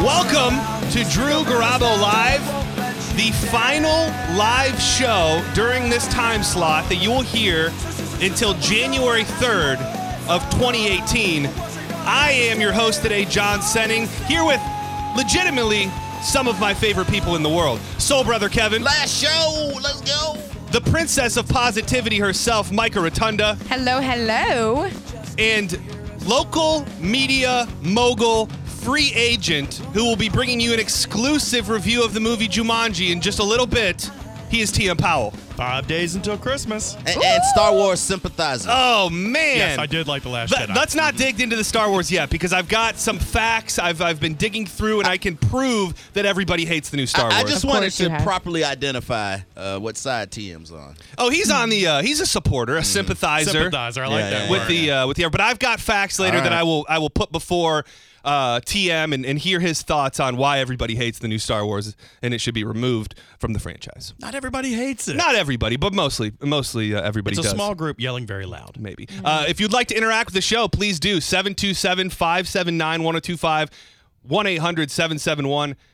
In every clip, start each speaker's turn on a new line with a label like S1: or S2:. S1: Welcome to Drew Garabo Live, the final live show during this time slot that you will hear until January 3rd of 2018. I am your host today, John Senning, here with legitimately some of my favorite people in the world. Soul Brother Kevin,
S2: Last show, let's go.
S1: the princess of positivity herself, Micah Rotunda,
S3: Hello, hello.
S1: and local media mogul free agent who will be bringing you an exclusive review of the movie Jumanji in just a little bit. He is TM Powell.
S4: Five days until Christmas.
S2: And, and Star Wars sympathizer.
S1: Oh man.
S4: Yes, I did like the last
S1: Let-
S4: Jedi.
S1: Let's not dig into the Star Wars yet because I've got some facts I've, I've been digging through and I can prove that everybody hates the new Star
S2: I
S1: Wars.
S2: just
S3: Of
S2: wanted
S3: course you
S2: to
S3: have.
S2: properly identify uh, what side TM's on.
S1: oh, he's on the uh, he's a supporter, a sympathizer.
S4: Mm. sympathizer. I like
S2: Yeah,
S4: that
S2: yeah,
S4: word.
S1: with the uh, with the but I've got facts later
S2: All
S1: that
S2: right.
S1: I will I will put before uh, TM and, and hear his thoughts on why everybody hates the new Star Wars and it should be removed from the franchise.
S4: not everybody hates it.
S1: Not everybody, but mostly mostly uh, everybody
S4: it's a
S1: does.
S4: small group yelling very loud.
S1: maybe. Uh, if you'd like to interact with the show, please do 727-579-1025 1-800-771-1025.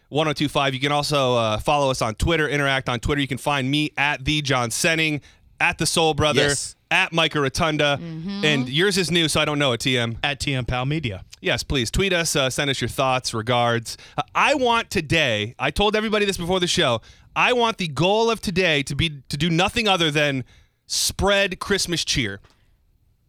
S1: You can also uh, follow us on Twitter, interact on Twitter. You can find me at the John Senning, at the Soul Brother,
S2: Yes.
S1: at Micah Rotunda, and yours is new, so I don't know it. TM.
S4: At TM Pal Media.
S1: Yes, please tweet us, uh, send us your thoughts, regards. Uh, I want today. I told everybody this before the show. I want the goal of today to be to do nothing other than spread Christmas cheer.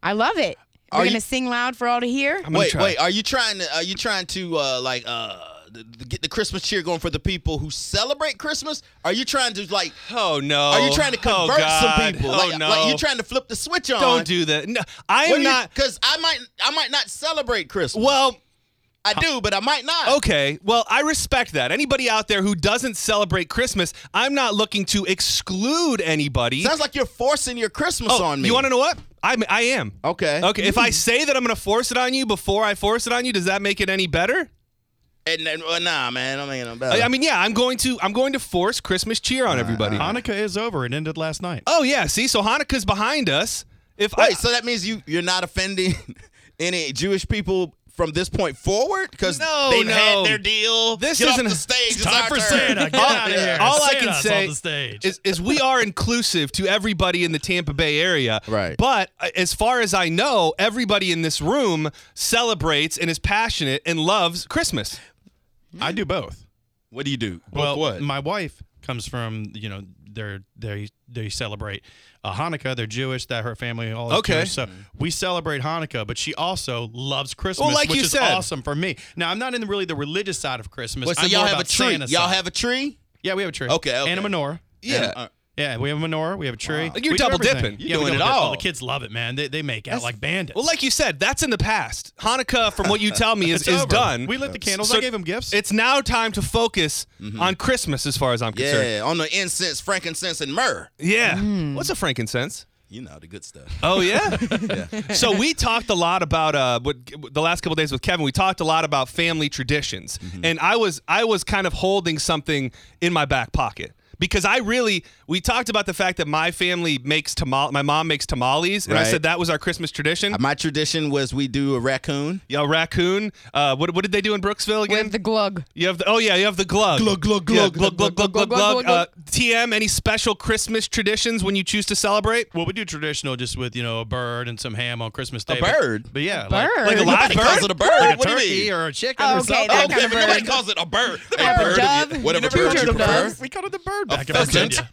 S3: I love it. We're
S2: Are
S3: gonna
S2: you-
S3: sing loud for all to hear.
S1: I'm gonna
S2: Wait,
S1: try.
S2: wait. Are you trying to? Are you trying to uh, like uh, th- th- get the Christmas cheer going for the people who celebrate Christmas? Are you trying to like?
S1: Oh no!
S2: Are you trying to
S1: Oh,
S2: convert some
S1: God.
S2: people?
S1: Oh
S2: like,
S1: no!
S2: like you're trying to flip the switch on?
S1: Don't do that. No, I am not.
S2: Because I might, I might not celebrate Christmas.
S1: well,
S2: I do, but I might not.
S1: okay. Well, I respect that. Anybody out there who doesn't celebrate Christmas, I'm not looking to exclude anybody.
S2: Sounds like you're forcing your Christmas
S1: Oh,
S2: on me.
S1: You want to know what? I'm, I am.
S2: Okay. Hmm.
S1: Okay. If I say that I'm going to force it on you before I force it on you, does that make it any better?
S2: And, and, well, nah, man. I mean, I'm
S1: I, I mean, yeah, I'm going to I'm going to force Christmas cheer
S2: Uh,
S1: on everybody.
S4: Hanukkah is over. It ended last night.
S1: oh yeah, see, so Hanukkah's behind us. If I,
S2: Wait, so that means you you're not offending any Jewish people from this point forward because
S1: No,
S2: they've
S1: no.
S2: had their deal.
S1: This
S2: Get
S1: isn't
S2: off
S1: a-
S2: the stage. It's,
S4: Time
S2: our
S4: for
S2: turn.
S4: Santa. Get
S1: all,
S4: out of here.
S1: all I
S4: Santa's
S1: can
S4: on
S1: say
S4: the stage.
S1: Is, is we are inclusive to everybody in the Tampa Bay area.
S2: Right.
S1: But uh, as far as I know, everybody in this room celebrates and is passionate and loves Christmas.
S4: I do both.
S2: What do you do?
S4: Well,
S2: what?
S4: my wife comes from you know they're they they celebrate uh, Hanukkah. They're Jewish. That her family all is
S1: Okay.
S4: Jewish. So we celebrate Hanukkah, but she also loves Christmas,
S1: Well, like
S4: which
S1: you
S4: is
S1: said.
S4: awesome for me. Now I'm not in the, really the religious side of Christmas.
S2: Wait, so
S4: I'm
S2: y'all
S4: more
S2: have a
S4: about
S2: tree?
S4: Santa's
S2: y'all
S4: side.
S2: have a tree? uh,
S4: yeah, we have a tree.
S2: Okay, okay.
S4: and a menorah.
S2: Yeah.
S4: Yeah, we have a menorah. We have a tree.
S1: Like, you're
S4: We do
S1: double
S4: everything.
S1: dipping. You're
S4: yeah, we
S2: doing it
S4: double dip.
S2: all.
S4: Oh, the kids love it, man. They, they make out like bandits.
S1: Well, like you said, that's in the past. Hanukkah, from what you tell me, is,
S4: It's
S1: is
S4: over.
S1: done.
S4: We lit the candles.
S1: So
S4: I gave them gifts.
S1: It's now time to focus on Christmas, as far as I'm
S2: yeah,
S1: concerned.
S2: on the incense, frankincense, and myrrh.
S1: Yeah.
S4: Mm-hmm.
S1: What's a frankincense?
S2: You know the good stuff.
S1: Oh yeah. So we talked a lot about uh, what, the last couple days with Kevin. We talked a lot about family traditions,
S2: Mm-hmm.
S1: and I was I was kind of holding something in my back pocket because I really we talked about the fact that my family makes tamal. My mom makes tamales, and I
S2: Right.
S1: said that was our Christmas tradition.
S2: Uh, My tradition was we do a raccoon.
S1: Yeah, raccoon. Uh, what, what did they do in Brooksville again?
S3: With the glug.
S1: You have the oh yeah, you have the glug.
S2: Glug, glug,
S1: Yeah, glug
S2: glug.
S1: glug glug glug
S3: Glug, glug,
S1: glug.
S3: glug,
S1: Uh,
S3: glug.
S1: TM, any special Christmas traditions when you choose to celebrate?
S4: well, we do traditional just with you know a bird and some ham on Christmas Day.
S2: bird?
S4: but, but yeah, like-
S3: Bird.
S1: Like a live
S2: Nobody calls
S1: bird.
S2: it a bird.
S4: like a
S2: what do you
S4: turkey
S2: mean?
S4: or a
S3: Oh,
S4: chicken or
S3: okay,
S4: something.
S3: that kind
S2: Okay,
S3: of
S2: but nobody
S3: bird.
S2: calls it a bird.
S3: Or a
S2: A bird. if you-
S3: dove.
S2: Whatever
S3: You never
S2: bird
S3: heard
S2: you
S3: of a
S2: prefer.
S3: dove?
S4: We called it the bird back in
S2: pheasant.
S4: Virginia.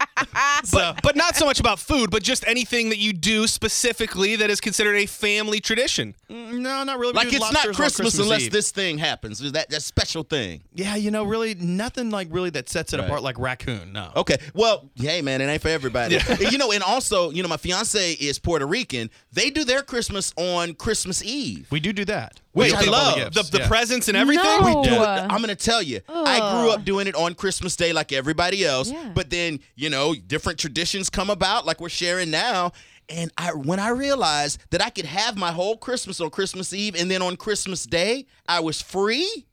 S1: But but not so much about food, but just anything that you do specifically that is considered a family tradition.
S4: No, not really. We
S2: Like
S4: do
S2: it's
S4: lobsters
S2: not
S4: on
S2: Christmas unless
S4: Eve.
S2: this thing happens. Is that that special thing?
S4: Yeah, you know, really nothing like really that sets it
S2: Right.
S4: apart like raccoon. No.
S2: Okay. Well, hey man, it ain't for everybody. you know, and also, you know, my fiance is Puerto Rican. They do their Christmas on Christmas Eve.
S4: We do do that.
S2: Which
S4: We
S2: I
S4: open up all
S2: love.
S1: The
S4: gifts,
S1: the
S4: yeah.
S1: presents and everything.
S3: No.
S2: Dude,
S3: Uh.
S2: I'm gonna tell you, I grew up doing it on Christmas Day like everybody else.
S3: Yeah.
S2: But then, you know, different traditions come about, like we're sharing now. And I, when I realized that I could have my whole Christmas on Christmas Eve, and then on Christmas Day I was free.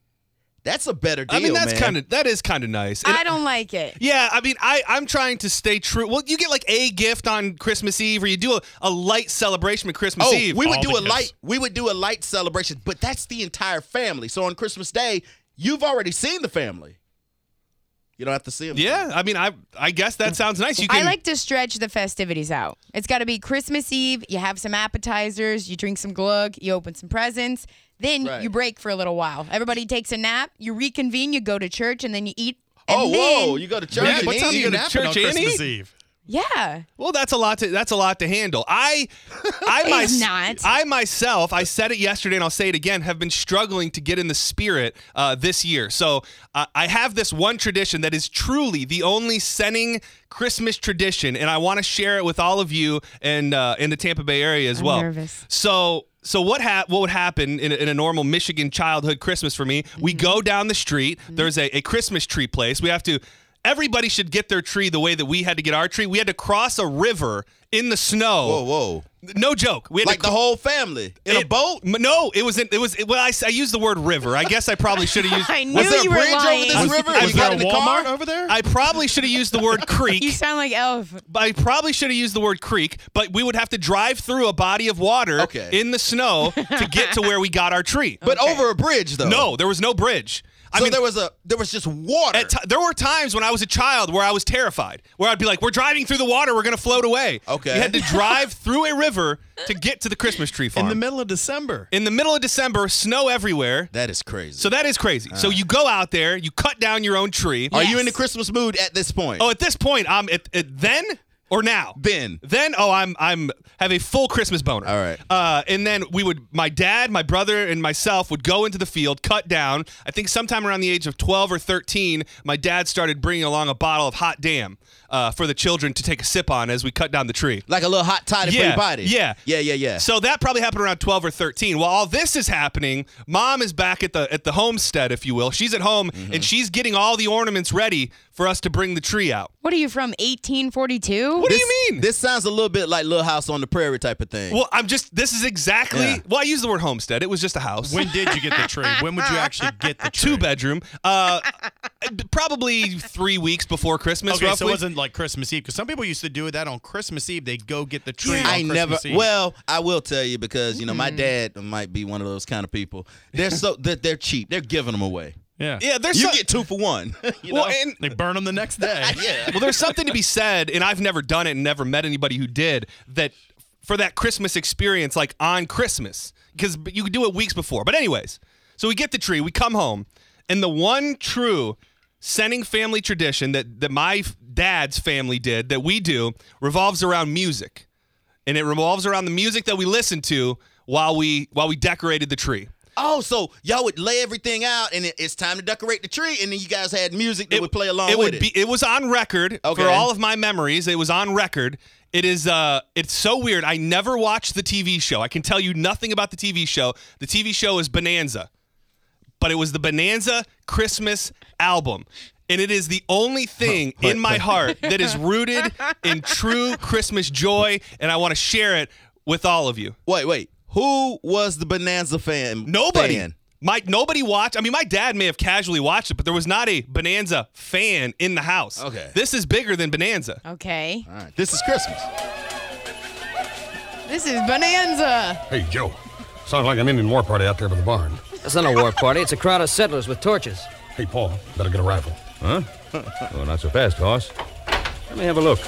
S2: That's a better deal.
S1: I mean that's
S2: man.
S1: kind of that is kind of nice. And-
S3: I don't like it.
S1: yeah, I mean, I, I'm trying to stay true. Well, you get like a gift on Christmas Eve, or you do a, a light celebration of Christmas
S2: Oh,
S1: Eve.
S2: we would
S4: all
S2: do
S4: the
S2: a
S4: kids.
S2: light. We would do a light celebration, but that's the entire family. So on Christmas Day, You've already seen the family. You don't have to see them.
S1: Yeah, I mean, I I guess that sounds nice. You can
S3: I like to stretch the festivities out. It's got to be Christmas Eve. You have some appetizers, you drink some glug, you open some presents, then
S2: Right.
S3: you break for a little while. Everybody takes a nap, you reconvene, you go to church, and then you eat. and
S2: Oh,
S3: then-
S2: whoa! You go to church.
S4: Yeah,
S2: and
S4: what
S2: then
S4: time do you go to
S2: napping
S4: church
S2: on
S4: on
S2: Christmas
S4: Christmas
S2: Eve.
S4: Eve?
S3: Yeah.
S1: Well, that's a lot to that's a lot to handle. I I
S3: It's
S1: mys-
S3: not.
S1: I myself, I said it yesterday and I'll say it again, have been struggling to get in the spirit uh, this year. So uh, I have this one tradition that is truly the only sending Christmas tradition, and I want to share it with all of you and uh, in the Tampa Bay area as
S3: I'm
S1: well.
S3: nervous.
S1: So so what hap- what would happen in a, in a normal Michigan childhood Christmas for me? We
S2: Mm-hmm.
S1: go down the street. There's a, a Christmas tree place. We have to. Everybody should get their tree the way that we had to get our tree. We had to cross a river in the snow.
S2: Whoa, whoa!
S1: No joke. We had
S2: Like
S1: to
S2: the whole family in a
S1: it-
S2: boat.
S1: m- No, it was in, it was well. I, s- I used the word river. I guess I probably should have used.
S3: I knew
S2: Was there a
S3: you were
S2: bridge
S3: lying.
S2: over this
S4: Was-
S2: river?
S4: was
S2: and you
S4: there
S2: got
S4: a
S2: in the car?
S4: Walmart over there?
S1: I probably should have used the word creek.
S3: You sound like Elf.
S1: I probably should have used the word creek, but we would have to drive through a body of water
S2: Okay.
S1: in the snow to get to where we got our tree.
S2: But over a bridge though.
S1: No, there was no bridge. I
S2: So
S1: mean,
S2: there was a there was just water.
S1: at ti- there were times when I was a child where I was terrified, where I'd be like, "We're driving through the water. We're gonna float away."
S2: Okay.
S1: you had to drive through a river to get to the Christmas tree farm
S4: In the middle of December.
S1: In the middle of December, snow everywhere.
S2: that is crazy.
S1: So that is crazy. so you go out there, you cut down your own tree.
S2: Uh. Are you
S3: Yes.
S2: in the Christmas mood at this point?
S1: Oh, at this point, I'm at, at then or now.
S2: Then.
S1: Then oh, I'm I'm have a full Christmas boner.
S2: All right.
S1: Uh, and then we would my dad, my brother, and myself would go into the field, cut down. I think sometime around the age of twelve or thirteen, my dad started bringing along a bottle of hot damn uh, for the children to take a sip on as we cut down the tree.
S2: like a little hot toddy for
S1: Yeah,
S2: your body.
S1: yeah.
S2: yeah, yeah, yeah.
S1: So that probably happened around 12 or 13. While all this is happening, mom is back at the at the homestead, if you will. She's at home
S2: Mm-hmm.
S1: and she's getting all the ornaments ready for us to bring the tree out.
S3: What are you from, 1842?
S1: What do you mean?
S2: This sounds a little bit like Little House on the Prairie type of thing.
S1: well, I'm just this is exactly
S2: Yeah.
S1: well, I use the word homestead. It was just a house.
S4: When did you get the tree? When would you actually get the tree?
S1: Two bedroom. Uh probably three weeks before Christmas,
S4: Okay, so
S1: roughly.
S4: it wasn't like Christmas Eve because some people used to do that on Christmas Eve. They'd go get the tree. on
S2: I
S4: Christmas
S2: never.
S4: Eve.
S2: Well, I will tell you because you know my dad might be one of those kind of people. They're so they're, they're cheap. They're giving them away.
S4: yeah,
S1: yeah, there's
S2: You
S1: some-
S2: get two for one. you
S1: well,
S2: know?
S1: and
S4: They burn them the next day.
S2: yeah.
S1: well, there's something to be said, and I've never done it and never met anybody who did that for that Christmas experience, like on Christmas, because you could do it weeks before. But, anyways, so we get the tree, we come home, and the one true sending family tradition that, that my f- dad's family did that we do revolves around music. And it revolves around the music that we listened to while we while we decorated the tree.
S2: Oh, so y'all would lay everything out, and it, it's time to decorate the tree, and then you guys had music that would play along
S1: it
S2: with
S1: would
S2: it.
S1: be it was on record
S2: Okay.
S1: for all of my memories it was on record it is uh it's so weird i never watched the tv show i can tell you nothing about the tv show the tv show is bonanza but it was the bonanza christmas album and it is the only thing in my heart that is rooted in true christmas joy and i want to share it with all of you
S2: wait, wait. Who was the Bonanza fan?
S1: Nobody.
S2: fan?
S1: My nobody watched. I mean, my dad may have casually watched it, but there was not a Bonanza fan in the house.
S2: Okay.
S1: This is bigger than Bonanza.
S3: Okay.
S2: All right, this is Christmas.
S3: This is Bonanza.
S5: Hey, Joe. Sounds like an Indian war party out there by the barn.
S6: It's not a war party. It's a crowd of settlers with torches.
S5: Hey, Paul, better get a rifle. Huh? oh, not so fast, Hoss. Let me have a look.
S7: There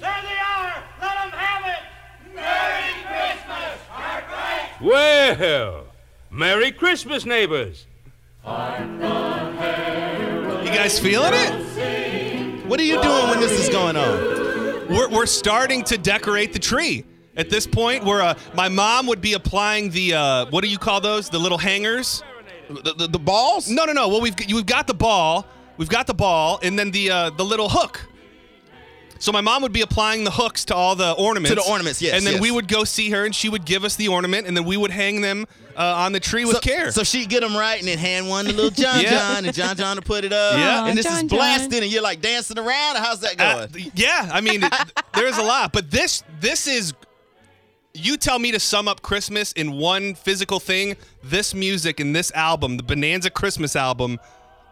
S7: they are! Let them have it! Merry Christmas! Our great
S5: Well, Merry Christmas, neighbors.
S1: You guys feeling it?
S2: What are you doing when this is going on?
S1: We're, we're starting to decorate the tree. At this point, where uh, my mom would be applying the uh, what do you call those? The little hangers?
S2: The, the, the balls?
S1: No, no, no. Well, we've we've got the ball, we've got the ball, and then the uh, the little hook. So my mom would be applying the hooks to all the ornaments.
S2: To the ornaments, yes,
S1: And then
S2: yes.
S1: we would go see her, and she would give us the ornament, and then we would hang them uh, on the tree with
S2: so,
S1: care.
S2: So she'd get them right and then hand one to little John
S1: Yeah.
S2: John and John John to put it up.
S1: Yeah.
S2: Uh, And this
S3: Aw, John
S2: is
S3: John.
S2: blasting and you're like dancing around. How's that going?
S1: Uh, th- yeah, I mean, there's a lot, but this this is. You tell me to sum up Christmas in one physical thing. This music and this album, the Bonanza Christmas album,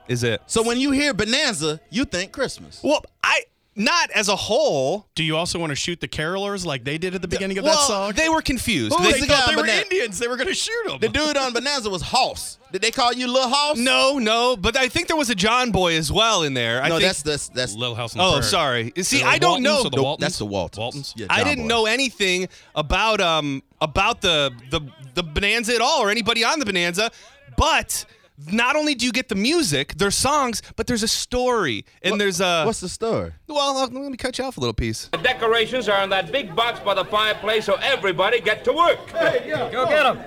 S1: is it.
S2: so when you hear Bonanza, you think Christmas.
S1: Well, I not as a whole.
S4: Do you also want to shoot the carolers like they did at the beginning of
S1: well,
S4: that song?
S1: they were confused.
S2: Who
S1: They
S2: was the
S1: thought
S2: guy
S1: they
S4: They were
S2: Banana.
S4: Indians. They were going to shoot them.
S2: The dude on Bonanza was Hoss. Did they call you Lil Hoss?
S1: No, no, but I think there was a John Boy as well in there. I
S2: no,
S1: think,
S2: that's that's that's
S4: Little House on the
S1: Oh,
S4: Prairie.
S1: sorry. See,
S4: The
S1: I don't
S4: Waltons
S1: know.
S4: or the
S2: the-
S4: Waltons?
S2: that's the Waltons.
S4: Waltons.
S2: Yeah,
S1: I
S2: John
S1: didn't
S2: Boy.
S1: know anything about um about the the the bonanza at all or anybody on the bonanza, but not only do you get the music, there's songs, but there's a story and there's a
S2: What's the story?
S1: well. uh, Let me cut you off a little piece.
S8: The decorations are in that big box by the fireplace, so everybody get to work.
S6: Go get him.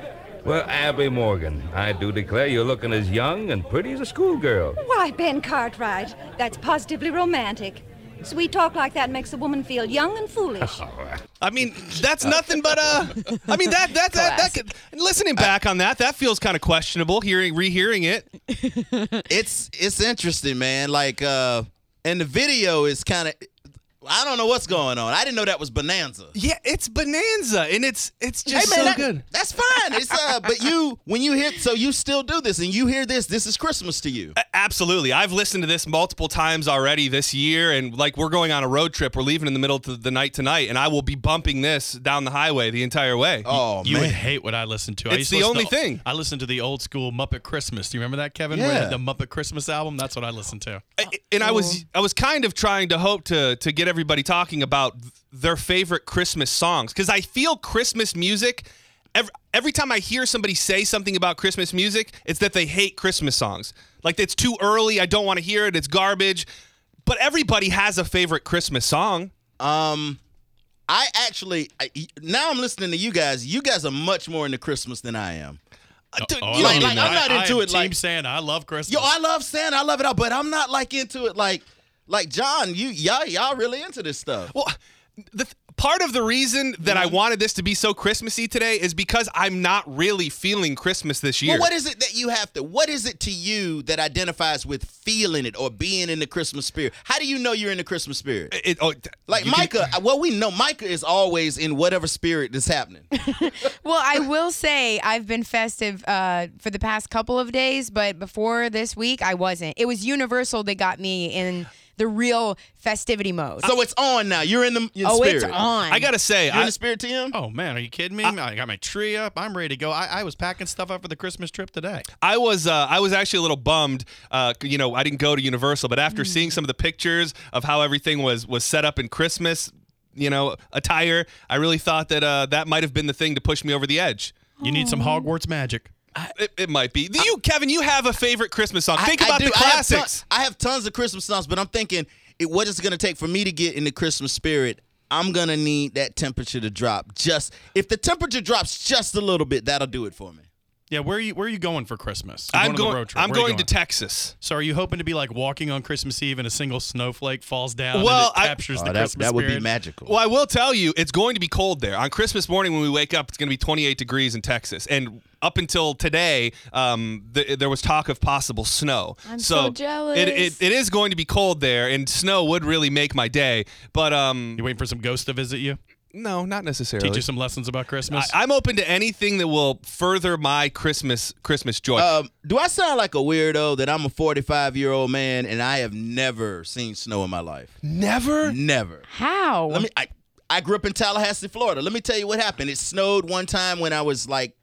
S8: Well, Abby Morgan, I do declare you're looking as young and pretty as a schoolgirl.
S9: Why, Ben Cartwright, that's positively romantic. Sweet talk like that makes a woman feel young and foolish.
S1: I mean, that's nothing but uh. I mean that that that, that could, listening back on that that feels kind of questionable. Hearing rehearing it.
S2: It's it's interesting, man. Like uh and the video is kind of I don't know what's going on. I didn't know that was Bonanza.
S1: Yeah, it's bonanza and it's it's just so
S2: that-
S1: good.
S2: That's fine. It's uh but you when you hear so you still do this and you hear this, this is Christmas to you.
S1: Absolutely. I've listened to this multiple times already this year. And like, we're going on a road trip. We're leaving in the middle of the night tonight. And I will be bumping this down the highway the entire way.
S2: Oh
S4: You
S2: man.
S4: would hate what I listen to. I
S1: It's
S4: used
S1: the
S4: to listen
S1: only
S4: to,
S1: thing.
S4: I listened to the old school Muppet Christmas. Do you remember that, Kevin? Where they had
S2: Yeah. Uh,
S4: the Muppet Christmas album. That's what I listened to.
S1: I- and I was I was kind of trying to hope to to get everybody talking about th- their favorite Christmas songs because I feel Christmas music. Every, every time I hear somebody say something about Christmas music, it's that they hate Christmas songs. Like it's too early. I don't want to hear it. It's garbage. But everybody has a favorite Christmas song.
S2: Um, I actually I, now I'm listening to you guys. You guys are much more into Christmas than I am.
S1: Uh, dude,
S4: Oh,
S1: you-
S4: I don't
S2: like-
S4: even
S2: like,
S4: know.
S2: I'm not
S4: I- I
S2: into
S4: am
S2: it,
S4: Team
S2: like-
S4: Santa. I love Christmas.
S2: Yo, I love Santa. I love it all, but I'm not like into it like like John. You y'all y'all really into this stuff.
S1: Well, the th- part of the reason that I wanted this to be so Christmassy today is because I'm not really feeling Christmas this year.
S2: Well, what is it that you have to? What is it to you that identifies with feeling it or being in the Christmas spirit? How do you know you're in the Christmas spirit?
S1: It- oh, th-
S2: Like
S1: you can-
S2: Micah, uh, well, we know Micah is always in whatever spirit that's happening.
S3: Well, I will say I've been festive uh, for the past couple of days, but before this week, I wasn't. It was Universal that got me in the real festivity mode.
S2: so it's on now. You're in the you're in
S3: oh,
S2: spirit.
S3: it's on.
S1: I gotta say,
S2: You're in
S1: I,
S2: the spirit, Tim.
S4: Oh man, are you kidding me? I, got my tree up. I'm ready to go. I, I was packing stuff up for the Christmas trip today.
S1: I was uh, I was actually a little bummed. Uh, you know, I didn't go to Universal, but
S2: Hmm.
S1: after seeing some of the pictures of how everything was was set up in Christmas, you know, attire, I really thought that uh, that might have been the thing to push me over the edge.
S4: You need some Hogwarts magic.
S1: It, it might be. You, Kevin, you have a favorite Christmas song.
S2: I-
S1: Think
S2: I
S1: about
S2: do.
S1: the
S2: I have ton-
S1: classics.
S2: I have, tons of Christmas songs, but I'm thinking, it, what is it going to take for me to get in the Christmas spirit? I'm going to need that temperature to drop. Just if the temperature drops just a little bit, that'll do it for me.
S4: Yeah, where are you where are you going for Christmas? You're
S1: I'm
S4: on the
S1: going.
S4: road trip.
S1: I'm
S4: Where are you
S1: going to Texas.
S4: So are you hoping to be like walking on Christmas Eve and a single snowflake falls down
S1: Well,
S4: and
S1: I-
S4: it captures the
S2: Oh, that,
S4: Christmas
S2: that would be
S4: spirit?
S2: magical.
S1: Well, I will tell you, it's going to be cold there. On Christmas morning when we wake up, it's going to be 28 degrees in Texas. And up until today, um, th- there was talk of possible snow.
S3: I'm so jealous.
S1: It, it, it is going to be cold there, and snow would really make my day. But um,
S4: You waiting for some ghosts to visit you?
S1: no, not necessarily.
S4: Teach you some lessons about
S1: I,
S4: Christmas?
S1: I'm open to anything that will further my Christmas Christmas joy.
S2: um, do I sound like a weirdo that I'm a 45 year old man and I have never seen snow in my life?
S1: Never.
S2: Never.
S3: How?
S2: Let me. I, I grew up in Tallahassee, Florida. Let me tell you what happened. It snowed one time when I was like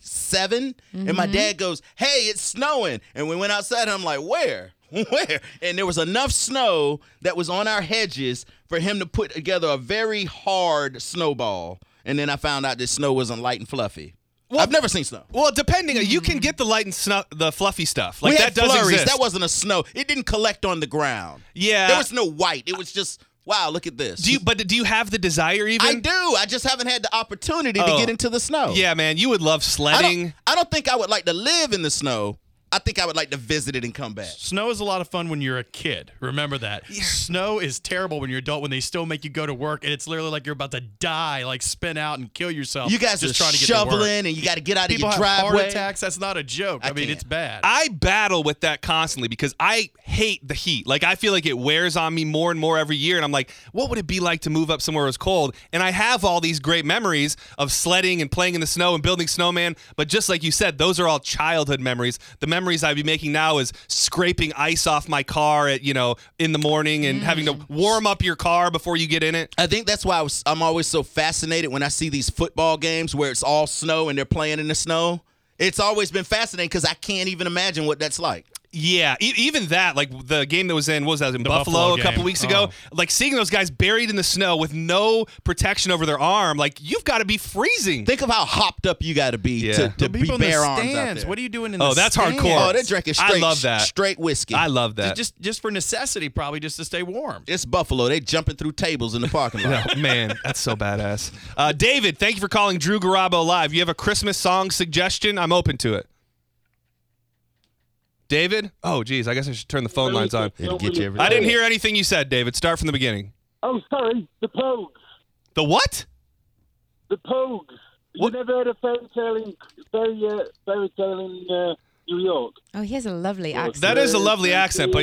S2: 7 and
S1: Mm-hmm.
S2: my dad goes, "Hey, it's snowing!" And we went outside, and I'm like, "Where? Where?" And there was enough snow that was on our hedges for him to put together a very hard snowball. And then I found out that snow wasn't light and fluffy. I've never seen snow.
S1: Well, depending, you can get the light and snu- the fluffy stuff. Like
S2: Mm-hmm. we
S1: that
S2: had
S1: does
S2: flurries.
S1: exist.
S2: That wasn't a snow. It didn't collect on the ground.
S1: Yeah.
S2: there was no white. It was just wow. Look at this.
S1: do you, but do you have the desire even?
S2: I do. I just haven't had the opportunity
S1: Oh.
S2: to get into the snow.
S1: Yeah, man, you would love
S2: I
S1: sledding.
S2: don't, I don't think I would like to live in the snow. I think I would like to visit it and come back.
S4: Snow is a lot of fun when you're a kid. Remember that. Snow is terrible when you're adult when they still make you go to work and it's literally like you're about to die, like spin out and kill yourself.
S2: You guys
S4: just
S2: are
S4: trying to get to work.
S2: shoveling and you got to get out
S4: People
S2: of
S4: have
S2: your driveway.
S4: heart attacks. That's not a joke. I, mean,
S2: can't.
S4: it's bad.
S1: I battle with that constantly because I hate the heat. Like I feel like it wears on me more and more every year, and I'm like, what would it be like to move up somewhere it was cold? And I have all these great memories of sledding and playing in the snow and building snowman. But just like you said, those are all childhood memories. The memories I'd be making now is scraping ice off my car at you know in the morning and having to warm up your car before you get in it.
S2: I think that's why I was, I'm always so fascinated when I see these football games where it's all snow and they're playing in the snow. It's always been fascinating because I can't even imagine what that's like.
S1: Yeah, e- even that, like the game that was in, what was that, in Buffalo, Oh.
S4: Buffalo
S1: a couple
S4: game.
S1: weeks ago? Like seeing those guys buried in the snow with no protection over their arm, like you've got to be freezing.
S2: Think of how hopped up you got to be
S1: Yeah.
S2: to, to
S1: The
S2: be
S4: people in the
S2: bare arms out
S4: stands.
S2: there.
S4: What are you doing in
S1: Oh,
S4: the
S1: that's
S4: stands?
S1: hardcore.
S2: oh, they're drinking
S1: I
S2: straight,
S1: love that.
S2: straight whiskey.
S1: I love that.
S4: Just just for necessity, probably just to stay warm.
S2: It's Buffalo. They jumping through tables in the parking lot.
S1: Oh, man, that's so badass. Uh, David, thank you for calling Drew Garabo live. You have a Christmas song suggestion? I'm open to it. David? Oh, geez, I guess I should turn the phone lines on.
S2: It'll get you every-
S1: I didn't hear anything you said, David. Start from the beginning.
S10: Oh, sorry, the Pogues.
S1: The what?
S10: The Pogues.
S1: What?
S10: You never heard of fairy tale in fairy, uh, fairy tale in uh, New York?
S3: Oh, he has a lovely accent.
S1: That is a lovely accent, but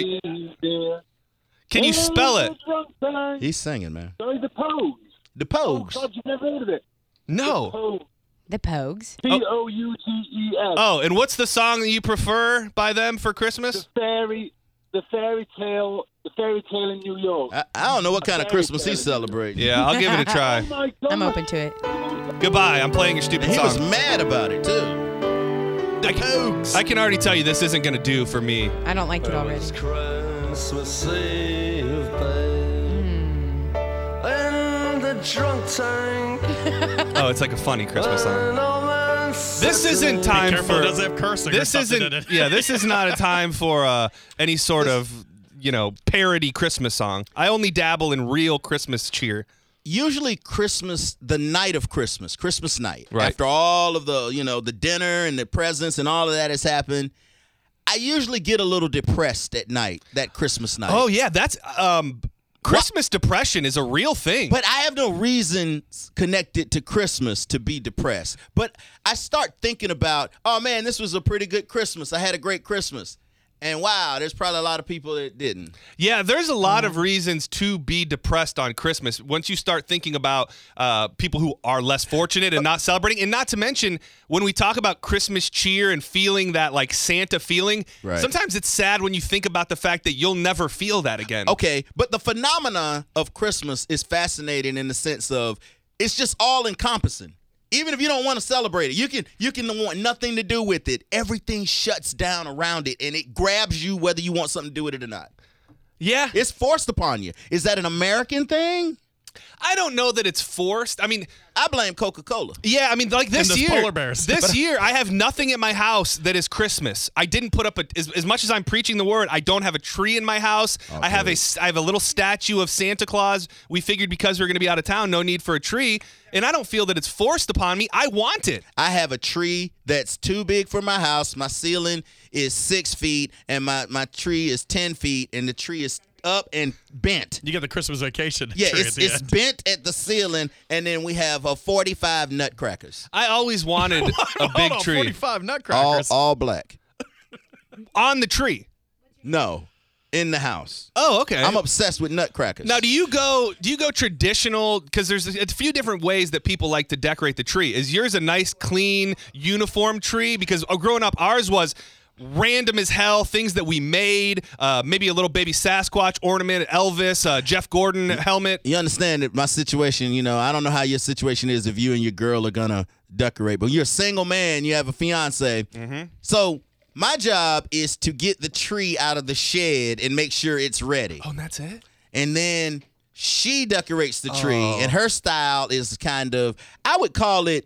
S1: can you spell it?
S10: Sorry,
S2: He's singing, man.
S10: the Pogues.
S2: The
S10: Oh,
S2: Pogues.
S10: God, you never heard of it.
S1: No.
S10: Pogues.
S3: The Pogues.
S10: P O U T E S.
S1: Oh, and what's the song that you prefer by them for Christmas?
S10: The fairy, the fairy tale, the fairy tale in New York.
S2: I, I don't know what kind of Christmas he's celebrating.
S1: Yeah, I'll give it a
S10: oh
S1: try.
S10: my God!
S3: I'm open to it.
S1: Goodbye. I'm playing your stupid
S2: And he was
S1: song.
S2: mad about it too.
S1: I can, I can already tell you this isn't going to do for me.
S3: I don't like it already.
S5: Christmas Eve, And the drunk tank.
S1: Oh, it's like a funny Christmas song. This isn't
S4: Be
S1: time
S4: careful,
S1: for.
S4: it doesn't have cursing.
S1: this
S4: or something in
S1: isn't.
S4: it.
S1: Yeah, this is not a time for uh, any sort of you know parody Christmas song. I only dabble in real Christmas cheer.
S2: Usually Christmas, the night of Christmas, Christmas night,
S1: Right.
S2: after all of the you know the dinner and the presents and all of that has happened, I usually get a little depressed at night, that Christmas night.
S1: Oh yeah, that's um, Christmas depression is a real thing.
S2: But I have no reason connected to Christmas to be depressed. But I start thinking about, oh man, this was a pretty good Christmas. I had a great Christmas. And wow, there's probably a lot of people that didn't.
S1: Yeah, there's a lot
S2: Mm-hmm.
S1: of reasons to be depressed on Christmas once you start thinking about uh, people who are less fortunate and not celebrating. And not to mention, when we talk about Christmas cheer and feeling that like Santa feeling,
S2: Right.
S1: sometimes it's sad when you think about the fact that you'll never feel that again.
S2: Okay, but the phenomena of Christmas is fascinating in the sense of it's just all encompassing. Even if you don't want to celebrate it, you can you can want nothing to do with it. Everything shuts down around it and it grabs you whether you want something to do with it or not.
S1: Yeah.
S2: It's forced upon you. Is that an American thing?
S1: I don't know that it's forced. I mean,
S2: I blame Coca-Cola.
S1: Yeah, I mean, like this
S4: those
S1: year,
S4: polar bears.
S1: this year, I have nothing at my house that is Christmas. I didn't put up a, as, as much as I'm preaching the word. I don't have a tree in my house. I have a, s- I have a little statue of Santa Claus. We figured because we are going to be out of town, no need for a tree, and I don't feel that it's forced upon me. I want it.
S2: I have a tree that's too big for my house. My ceiling is six feet, and my, my tree is 10 feet, and the tree is up and bent.
S4: You get the Christmas vacation.
S2: Yeah,
S4: tree at
S2: it's,
S4: the
S2: it's
S4: end.
S2: bent at the ceiling, and then we have a 45 nutcrackers,
S1: I always wanted a
S4: Hold
S1: big
S4: on,
S1: tree
S4: 45
S2: all,
S4: nutcrackers.
S2: all black.
S1: on the tree.
S2: No, in the house.
S1: Oh, okay.
S2: I'm obsessed with nutcrackers.
S1: Now, do you go? Do you go traditional? Because there's a, a few different ways that people like to decorate the tree. Is yours a nice, clean, uniform tree? Because oh, growing up, ours was random as hell. Things that we made, uh, maybe a little baby Sasquatch ornament, Elvis, uh, Jeff Gordon helmet.
S2: you understand that my situation, you know, I don't know how your situation is if you and your girl are gonna decorate, but you're a single man, you have a fiance.
S1: Mm-hmm.
S2: So my job is to get the tree out of the shed and make sure it's ready.
S1: Oh, and that's it.
S2: And then she decorates the tree,
S1: Oh.
S2: and her style is kind of, I would call it,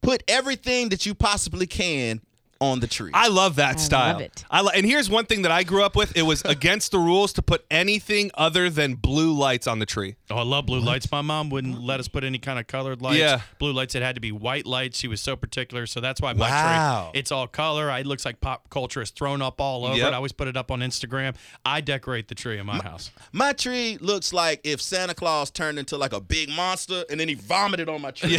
S2: put everything that you possibly can on the tree.
S1: I love that
S3: I
S1: style.
S3: love it.
S1: I li- and here's one thing that I grew up with. It was against the rules to put anything other than blue lights on the tree.
S4: Oh, I love blue lights. My mom wouldn't let us put any kind of colored lights.
S1: Yeah.
S4: Blue lights, it had to be white lights. She was so particular. So that's why my
S2: Wow.
S4: tree, it's all color. It looks like pop culture is thrown up all over
S1: Yep.
S4: it. I always put it up on Instagram. I decorate the tree in my house.
S2: my tree looks like if Santa Claus turned into like a big monster and then he vomited on my tree.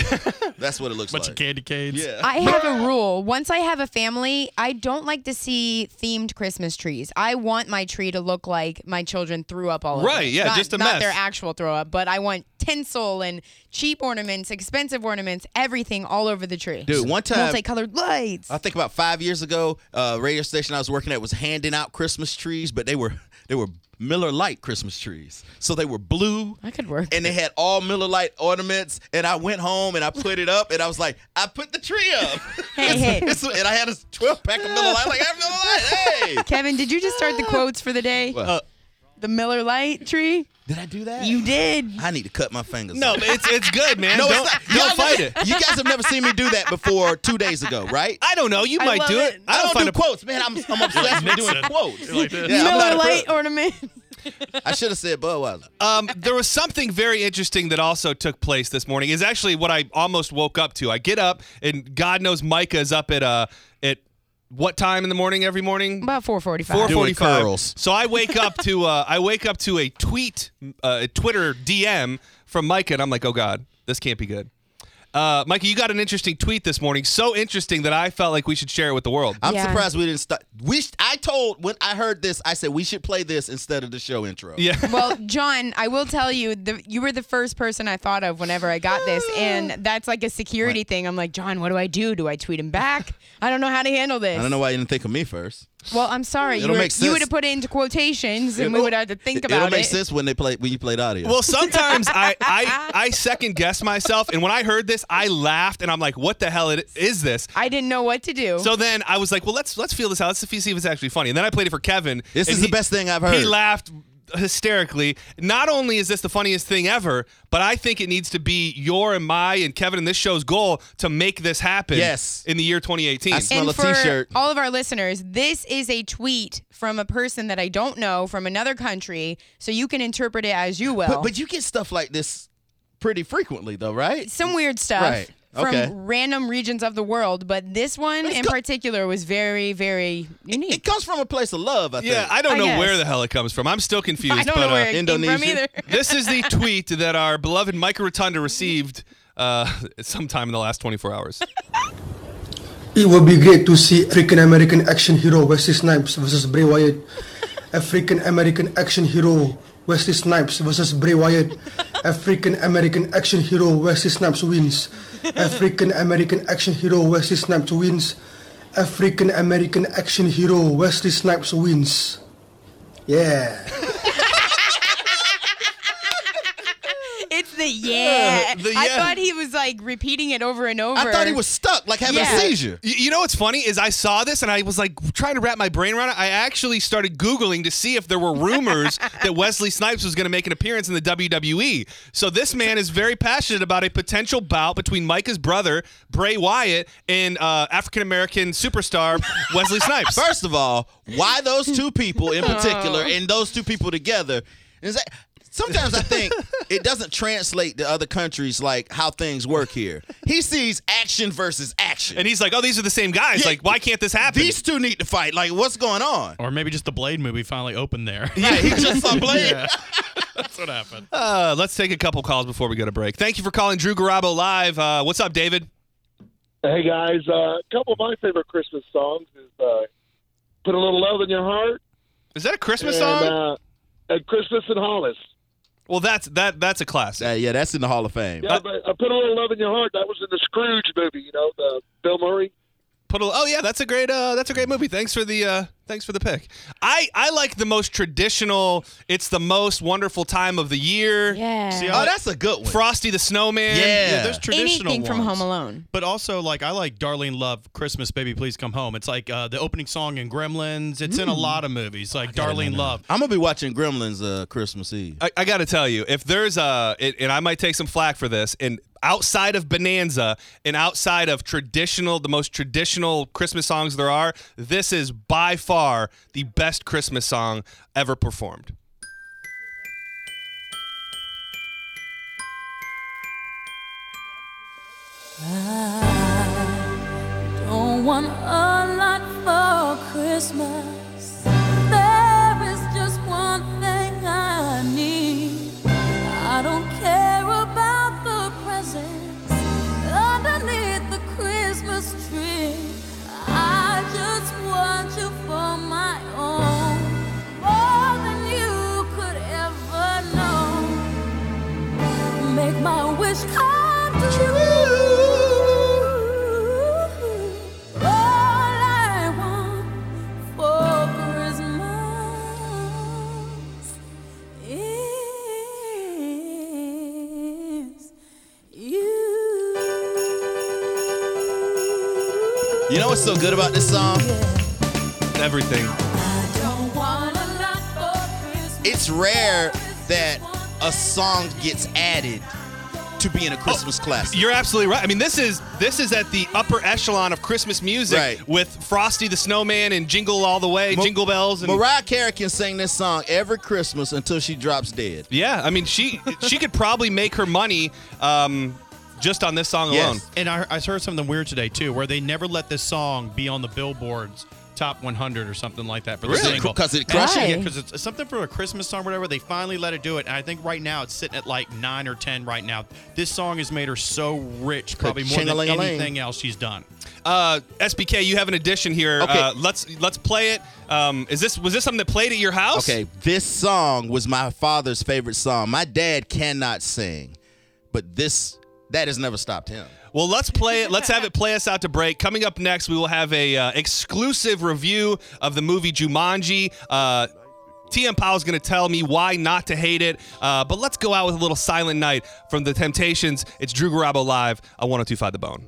S2: That's what it looks
S4: Bunch
S2: like.
S4: of candy canes.
S2: Yeah.
S3: I have a rule. Once I have a family, I don't like to see themed Christmas trees. I want my tree to look like my children threw up all over.
S1: Right,
S3: it.
S1: yeah,
S3: Not-
S1: just a
S3: Not
S1: mess.
S3: their actual throw up, but I want tinsel and cheap ornaments, expensive ornaments, everything all over the tree.
S2: Dude, one time-
S3: multicolored lights.
S2: I think about five years ago, uh, radio station I was working at was handing out Christmas trees, but they were they were Miller Lite Christmas trees, so they were blue.
S3: I could work.
S2: And they had all Miller Lite ornaments, and I went home and I put it up, and I was like, I put the tree up.
S3: Hey, hey.
S2: It's- it's- and I had a 12 pack of Miller Lite. Like I have Miller Lite. Hey,
S3: Kevin, did you just start the quotes for the day?
S2: What?
S3: The Miller Light tree?
S2: did I do that?
S3: Uh, You did.
S2: I need to cut my fingers.
S1: No,
S2: off.
S1: but it's it's good, man.
S2: no,
S1: don't
S2: it's not.
S1: don't
S2: Y'all
S1: fight
S2: never-
S1: it.
S2: You guys have never seen me do that before. Two days ago, right?
S1: I don't know. You
S3: I
S1: might
S3: love
S1: do it.
S3: it.
S2: I don't, do
S1: find a
S2: quotes, man. I'm, I'm obsessed with doing
S4: Nixon.
S2: quotes.
S4: You're like this.
S2: Yeah, I'm not
S3: Miller
S2: a pro.
S3: Light ornament.
S2: I should have said Budweiser.
S3: Oh,
S1: Um, there was something very interesting that also took place this morning. Is actually what I almost woke up to. I get up and God knows Micah is up at uh at what time in the morning every morning?
S3: About 445.
S1: Four
S2: Doing
S1: forty-five.
S2: curls.
S1: So I wake up to uh, I wake up to a tweet, uh, a Twitter DM from Micah, and I'm like, oh god, this can't be good. Uh, Micah, you got an interesting tweet this morning. So interesting that I felt like we should share it with the world.
S2: I'm
S3: Yeah.
S2: surprised we didn't start. We sh- I told when I heard this, I said we should play this instead of the show intro.
S1: yeah.
S3: well, John, I will tell you, the, you were the first person I thought of whenever I got this, and that's like a security thing. I'm like, John, what do I do? Do I tweet him back? I don't know how to handle this.
S2: I don't know why you didn't think of me first.
S3: Well, I'm sorry. You,
S2: It'll
S3: were-
S2: make
S3: you
S2: sense.
S3: would have put it into quotations, and we
S2: It'll-
S3: would have to think
S2: it-
S3: about
S2: It'll
S3: it.
S2: make sense when they play when you played audio.
S1: Well, sometimes I, I I second guess myself, and when I heard this, I laughed, and I'm like, "What the hell it- is this?"
S3: I didn't know what to do.
S1: So then I was like, "Well, let's let's feel this out. Let's see if it's actually funny." And then I played it for Kevin.
S2: This
S1: and
S2: is the best thing I've
S1: He
S2: heard.
S1: laughed hysterically. Not only is this the funniest thing ever, but I think it needs to be your and my and Kevin and this show's goal to make this happen.
S2: Yes.
S1: in the year 2018.
S2: I smell
S3: and
S2: a
S3: for
S2: t-shirt.
S3: all of our listeners, this is a tweet from a person that I don't know from another country, so you can interpret it as you will.
S2: but, but you get stuff like this pretty frequently, though, right?
S3: some weird stuff
S2: Right.
S3: from
S2: Okay.
S3: random regions of the world, but this one in
S2: co-
S3: particular was very, very unique.
S2: It comes from a place of love. I
S1: yeah,
S2: think.
S1: I don't
S3: I
S1: know where
S3: guess.
S1: the hell it comes from. I'm still confused.
S3: I don't
S1: but,
S3: know where
S1: uh,
S3: it came from
S2: Indonesia?
S3: either.
S1: this is the tweet that our beloved Mike Rotunda received uh, sometime in the last 24 hours.
S11: It would be great to see African American action hero Wesley Snipes versus Bray Wyatt. African American action hero Wesley Snipes versus Bray Wyatt. African American action hero Wesley Snipes wins. African American action hero Wesley Snipes wins. African American action hero Wesley Snipes wins. Yeah.
S3: It's the yeah.
S1: The
S3: I
S1: yeah.
S3: thought he was like repeating it over and over.
S2: I thought he was stuck, like having
S3: Yeah.
S2: a seizure.
S1: You, you know what's funny is I saw this and I was like trying to wrap my brain around it. I actually started Googling to see if there were rumors that Wesley Snipes was going to make an appearance in the WWE. So this man is very passionate about a potential bout between Micah's brother, Bray Wyatt, and uh, African American superstar Wesley Snipes.
S2: First of all, why those two people in particular and those two people together? Is that, sometimes I think it doesn't translate to other countries like how things work here. He sees action versus action.
S1: And he's like, oh, these are the same guys.
S2: Yeah.
S1: Like, why can't this happen?
S2: These two need to fight. Like, what's going on?
S4: Or maybe just the Blade movie finally opened there.
S2: Yeah, he just saw Blade.
S4: That's what happened.
S1: Uh, let's take a couple calls before we go to break. Thank you for calling Drew Garabo Live. Uh, what's up, David?
S10: Hey guys, uh, a couple of my favorite Christmas songs is uh, "Put a Little Love in Your Heart"
S1: Is that a Christmas
S10: and,
S1: song?
S10: uh, and "Christmas in Hollis."
S1: well, that's that that's a classic.
S2: Uh, yeah, that's in the Hall of Fame.
S10: Yeah, but uh, "Put a Little Love in Your Heart" that was in the Scrooge movie. You know, the Bill Murray.
S1: Put a, oh yeah, that's a great uh, that's a great movie. Thanks for the uh, thanks for the pick. I I like the most traditional. It's the most wonderful time of the year.
S3: Yeah.
S4: See,
S2: Oh, that's a good one.
S1: Frosty the Snowman.
S2: Yeah.
S4: there's traditional
S3: Anything from
S4: ones.
S3: Home Alone.
S4: But also, like, I like Darlene Love, Christmas Baby Please Come Home. It's like uh, the opening song in Gremlins. It's in a lot of movies, like Darlene Love.
S2: I'm gonna be watching Gremlins uh, Christmas Eve.
S1: I, I got to tell you, if there's a, it, and I might take some flack for this, and outside of Bonanza and outside of traditional, the most traditional Christmas songs there are, this is by far the best Christmas song ever performed.
S12: Don't want a lot for Christmas. There is just one thing I need. I don't care about the presents underneath the Christmas tree. I All I want for Christmas is
S2: You know what's so good about this song?
S1: Everything.
S12: don't want a lot for Christmas.
S2: It's rare that a song gets added to being a Christmas classic.
S1: You're absolutely right. I mean, this is this is at the upper echelon of Christmas music
S2: Right.
S1: with Frosty the Snowman and Jingle All the Way, Jingle Bells, and
S2: Mariah Carey can sing this song every Christmas until she drops dead.
S1: Yeah, I mean, she she could probably make her money um, just on this song alone.
S4: And I, I heard something weird today too, where they never let this song be on the Billboard's top 100 or something like that. for the
S2: Really?
S4: single.
S2: 'Cause it
S4: And-
S2: crushed it?
S4: Yeah, because it's something for a Christmas song, or whatever. They finally let it do it, and I think right now it's sitting at like nine or ten right now. This song has made her so rich, probably more than
S1: Ka-ching-a-ling-a-ling.
S4: anything else she's done.
S1: Uh, SBK, you have an addition here.
S4: Okay.
S1: Uh, let's let's play it. Um, is this was this something that played at your house?
S2: Okay, this song was my father's favorite song. My dad cannot sing, but this that has never stopped him.
S1: Well, let's play it. Let's have it play us out to break. Coming up next, we will have a uh, exclusive review of the movie Jumanji. Uh, TM Powell's going to tell me why not to hate it. Uh, but let's go out with a little Silent Night from The Temptations. It's Drew Garabo live on 1025 The Bone.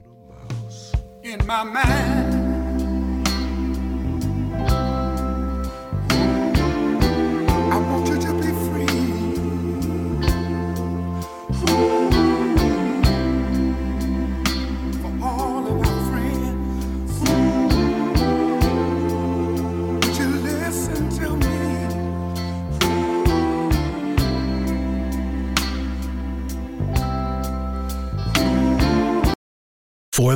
S13: in my mind. I want you to be free. For all of our friends, would you listen to me?
S14: For